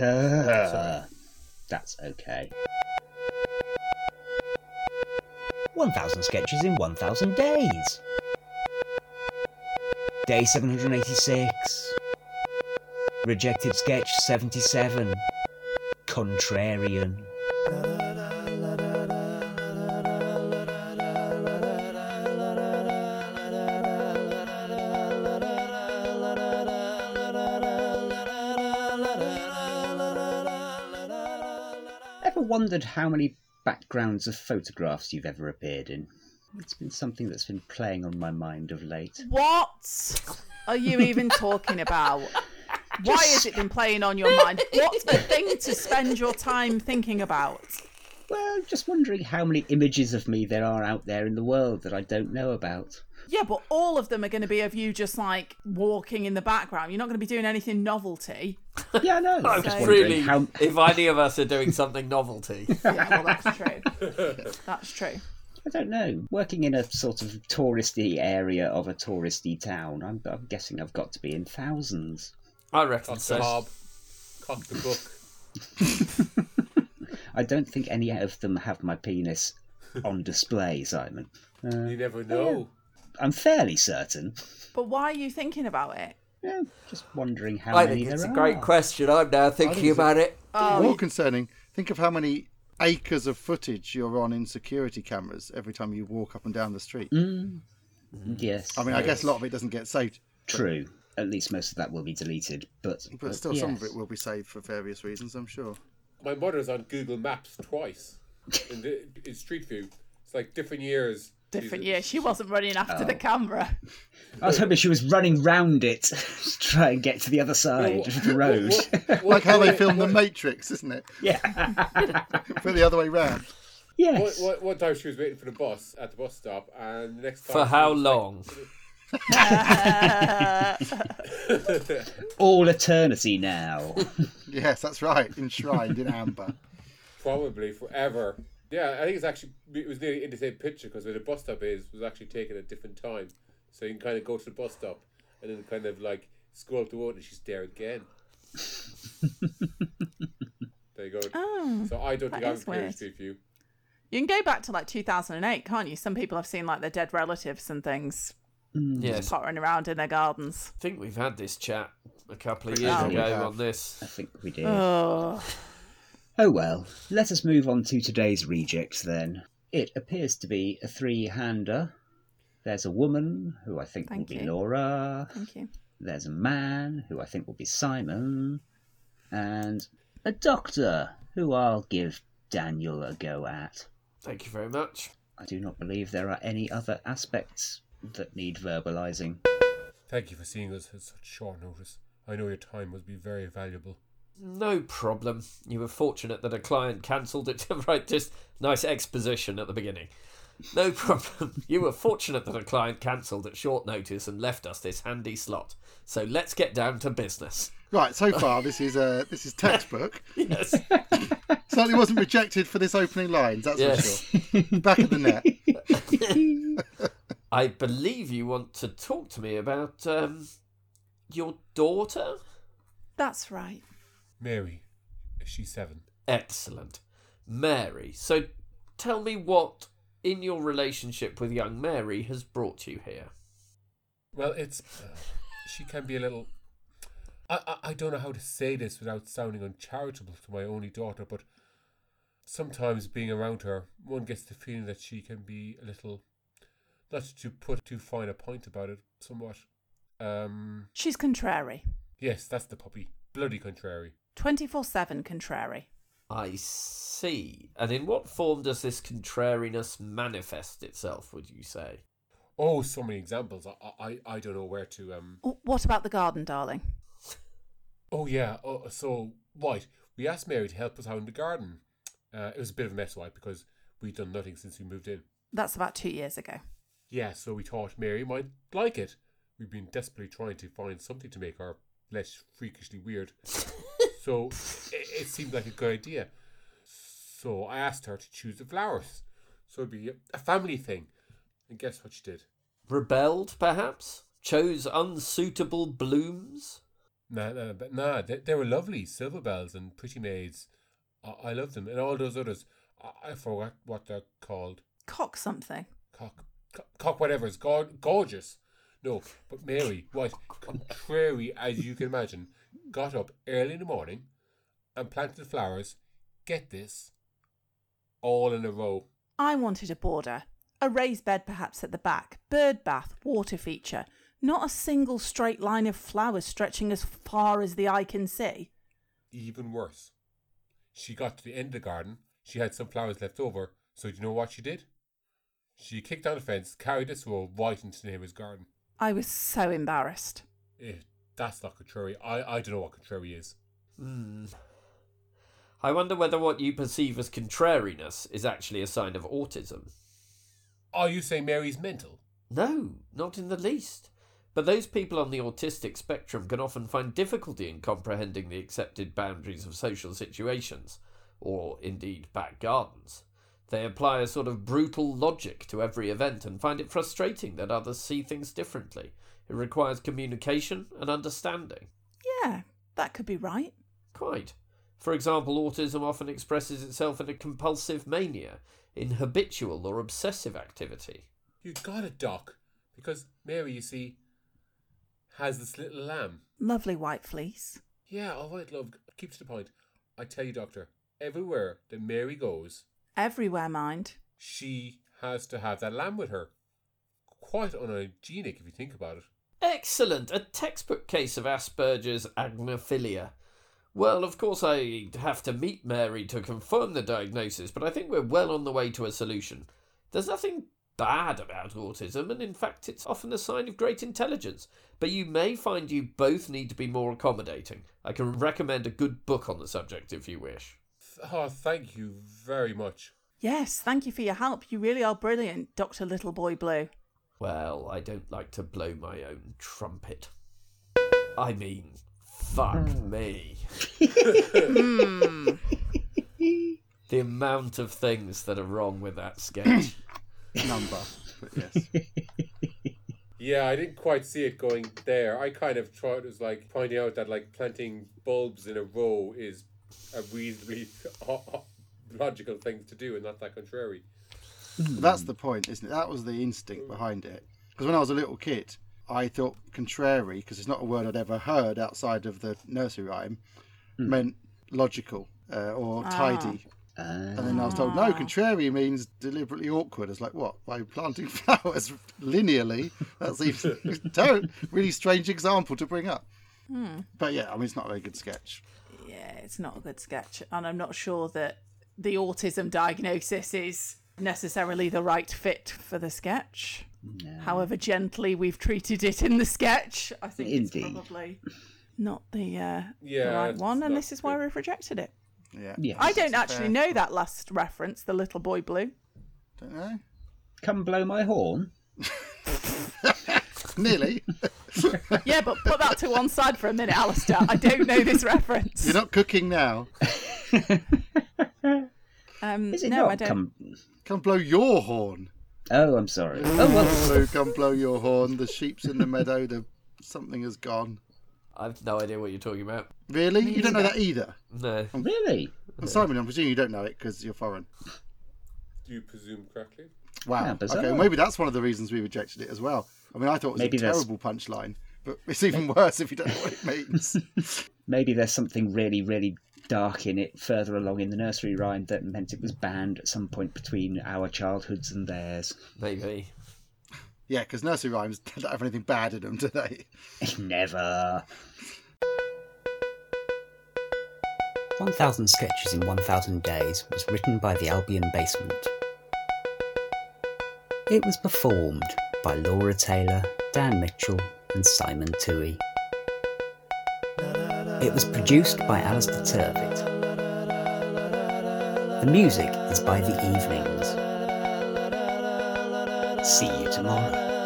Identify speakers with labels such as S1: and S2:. S1: Ah, that's okay.
S2: 1000 sketches in 1000 days. Day 786. Rejected sketch 77. Contrarian.
S1: Ever wondered how many backgrounds of photographs you've ever appeared in? It's been something that's been playing on my mind of late.
S3: What are you even talking about? Why has it been playing on your mind? What's a thing to spend your time thinking about?
S1: Well, just wondering how many images of me there are out there in the world that I don't know about.
S3: Yeah, but all of them are going to be of you just like walking in the background. You're not going to be doing anything novelty.
S1: Yeah, I know.
S3: I'm
S1: just
S3: So-
S1: wondering
S4: Really,
S1: how.
S4: if any of us are doing something novelty,
S3: Yeah, well, that's true. That's true.
S1: I don't know. Working in a sort of touristy area of a touristy town, I'm, I'm guessing I've got to be in thousands.
S4: I reckon
S5: Cock the
S4: so.
S5: hob. Cock the book.
S1: I don't think any of them have my penis on display, Simon.
S5: You never know.
S1: I'm fairly certain.
S3: But why are you thinking about it?
S1: Yeah, just wondering how
S4: I
S1: many
S4: think it's a
S1: there
S4: great
S1: are.
S4: question. I'm now thinking
S6: it's a-
S4: about it.
S6: More concerning, think of how many acres of footage you're on in security cameras every time you walk up and down the street.
S1: Yes,
S6: I mean, I guess a lot of it doesn't get saved,
S1: true. At least most of that will be deleted, but
S6: but still, some of
S1: yes.
S6: it will be saved for various reasons, I'm sure.
S5: My mother's on Google Maps twice. In, the, in Street View. It's like different years.
S3: Different
S5: She's-
S3: year. She wasn't running after the camera.
S1: I was hoping she was running round it to try and get to the other side of the road.
S5: What- what-
S6: Like how they
S5: what-
S6: filmed The Matrix, isn't it?
S1: yeah.
S6: But the other way round.
S5: One,
S1: Yes.
S5: one, one time she was waiting for the bus at the bus stop, and the next time
S4: For
S5: she
S4: how
S5: was like-
S4: long?
S1: All eternity now.
S6: Yes, that's right. Enshrined in amber.
S5: probably forever. Yeah, I think it's actually it was nearly in the same picture because where the bus stop is was actually taken at a different time, so you can kind of go to the bus stop and then kind of like scroll up the road and she's there again. there you go.
S3: Oh.
S5: so I don't
S3: that
S5: think I'm
S3: is
S5: clear
S3: weird.
S5: street view.
S3: You can go back to like 2008, can't you? Some people have seen like their dead relatives and things
S4: Yes, I
S3: pottering around in their gardens.
S4: think we've had this chat a couple of years
S3: sure we
S4: ago
S6: have.
S4: on this.
S1: I think we did.
S3: Oh,
S1: Oh well, let us move on to today's reject then. It appears to be a three hander. There's a woman, who I think
S3: Thank
S1: will be
S3: you.
S1: Laura.
S3: thank you.
S1: There's a man, who I think will be Simon. And a doctor, who I'll give Daniel a go at.
S4: Thank you very much.
S1: I do not believe there are any other aspects that need verbalising.
S5: Thank you for seeing us at such short notice. I know your time must be very valuable.
S4: No problem. You were fortunate that a client cancelled it to write this nice exposition at the beginning. No problem. You were fortunate that a client cancelled at short notice and left us this handy slot. So let's get down to business.
S6: Right, so far this is uh, this is textbook.
S4: Yes.
S6: Certainly wasn't rejected for this opening lines, that's
S4: Yes.
S6: for sure. Back of the net.
S4: I believe you want to talk to me about um, your daughter?
S3: That's right.
S5: Mary, she's seven.
S4: Excellent. Mary. So tell me what in your relationship with young Mary has brought you here.
S5: Well, it's uh, she can be a little. I, I I don't know how to say this without sounding uncharitable to my only daughter, but sometimes being around her, one gets the feeling that she can be a little, not to put too fine a point about it, somewhat. Um,
S3: She's contrary.
S5: yes, that's the puppy. Bloody contrary.
S3: 24 7 contrary.
S4: I see. And in what form does this contrariness manifest itself, would you say?
S5: Oh, so many examples. I I, I don't know where to um.
S3: Oh, What about the garden, darling?
S5: Oh yeah. Oh, so right, we asked Mary to help us out in the garden. Uh, it was a bit of a mess, right, because we'd done nothing since we moved in.
S3: That's about two years ago.
S5: Yeah, so we thought Mary might like it. We've been desperately trying to find something to make her less freakishly weird. so it, it seemed like a good idea. So I asked her to choose the flowers. So it'd be a- a family thing. And guess what she did?
S4: Rebelled, perhaps? Chose unsuitable blooms?
S5: Nah, nah, but nah. They, they were lovely. Silver Bells and Pretty Maids. I, I love them, and all those others. I, I forgot what they're called.
S3: Cock something.
S5: Cock, cock, cock whatever. It's gor gorgeous. No, but Mary, right, contrary as you can imagine, got up early in the morning and planted flowers. Get this, all in a row.
S3: I wanted a border, a raised bed perhaps at the back, bird bath, water feature. Not a single straight line of flowers stretching as far as the eye can see.
S5: Even worse, she got to the end of the garden. She had some flowers left over. So do you know what she did? She kicked down the fence, carried this row right into the neighbour's garden.
S3: I was so embarrassed.
S5: Eh, that's not contrary. I, I don't know what contrary is.
S4: Hmm. I wonder whether what you perceive as contrariness is actually a sign of autism.
S5: Are you saying Mary's mental?
S4: No, not in the least. But those people on the autistic spectrum can often find difficulty in comprehending the accepted boundaries of social situations, or indeed back gardens. They apply a sort of brutal logic to every event and find it frustrating that others see things differently. It requires communication and understanding.
S3: Yeah, that could be right.
S4: Quite. For example, autism often expresses itself in a compulsive mania, in habitual or obsessive activity.
S5: You got it, Doc. Because Mary, you see, has this little lamb.
S3: Lovely white fleece.
S5: Yeah, all right, love. Keep to the point. I tell you, Doctor, everywhere that Mary goes,
S3: Everywhere, mind.
S5: she has to have that lamb with her. Quite unhygienic if you think about it.
S4: Excellent! A textbook case of Asperger's agnophilia. Well, of course, I'd have to meet Mary to confirm the diagnosis, but I think we're well on the way to a solution. There's nothing bad about autism, and in fact, it's often a sign of great intelligence. But you may find you both need to be more accommodating. I can recommend a good book on the subject if you wish.
S5: Th- Oh, thank you very much.
S3: Yes, thank you for your help. You really are brilliant, Dr. Little Boy Blue.
S4: Well, I don't like to blow my own trumpet. I mean, fuck me. the amount of things that are wrong with that sketch.
S6: number. But yes.
S5: Yeah, I didn't quite see it going there. I kind of thought it was like pointing out that like planting bulbs in a row is a reasonably logical thing to do and not that contrary.
S6: But that's the point, isn't it? That was the instinct behind it. Because when I was a little kid, I thought contrary, because it's not a word I'd ever heard outside of the nursery rhyme, meant logical uh, or tidy.
S1: Ah.
S6: And then I was told, no, contrary means deliberately awkward. It's like, what? By planting flowers linearly? That seems ter- really strange example to bring up. But yeah, I mean, it's not a very good sketch.
S3: Yeah, it's not a good sketch. And I'm not sure that the autism diagnosis is necessarily the right fit for the sketch. However gently we've treated it in the sketch, I think it's
S1: Indeed.
S3: probably not the, uh, the
S5: Yeah,
S3: right
S5: it's
S3: one. And
S5: not
S3: this is why
S5: good.
S3: we've rejected it.
S6: Yeah.
S1: Yes.
S3: I don't actually know that last reference, the little boy blue.
S6: Don't know.
S1: Come blow my horn.
S6: Nearly.
S3: Yeah, but put that to one side for a minute, Alistair. I don't know this reference.
S6: You're not cooking now.
S3: um,
S1: Is it
S3: no,
S1: not?
S3: I don't.
S1: Come.
S6: Come blow your horn.
S1: Oh, I'm sorry. Oh well.
S6: Blue, come blow your horn. The sheep's in the meadow. The something has gone.
S4: I've no idea what you're talking about.
S6: Really? you don't know that either.
S4: No.
S1: Really?
S6: And Simon, I'm presuming you don't know it because you're foreign.
S5: Do you presume correctly?
S6: Wow.
S1: Yeah,
S6: okay,
S1: bizarre.
S6: well, maybe that's one of the reasons we rejected it as well. I mean, I thought it was
S1: Maybe
S6: a
S1: that's-
S6: terrible punchline, but it's even worse if you don't know what it means.
S1: Maybe there's something really, really dark in it further along in the nursery rhyme that meant it was banned at some point between our childhoods and theirs.
S4: Maybe.
S6: yeah, because nursery rhymes don't have anything bad in them, do they?
S1: Never.
S2: 1000 Sketches in 1000 Days was written by the Albion Basement. It was performed by Laura Taylor, Dan Mitchell, and Simon Toohey. It was produced by Alistair Turvitt. The music is by The Evenings. See you tomorrow.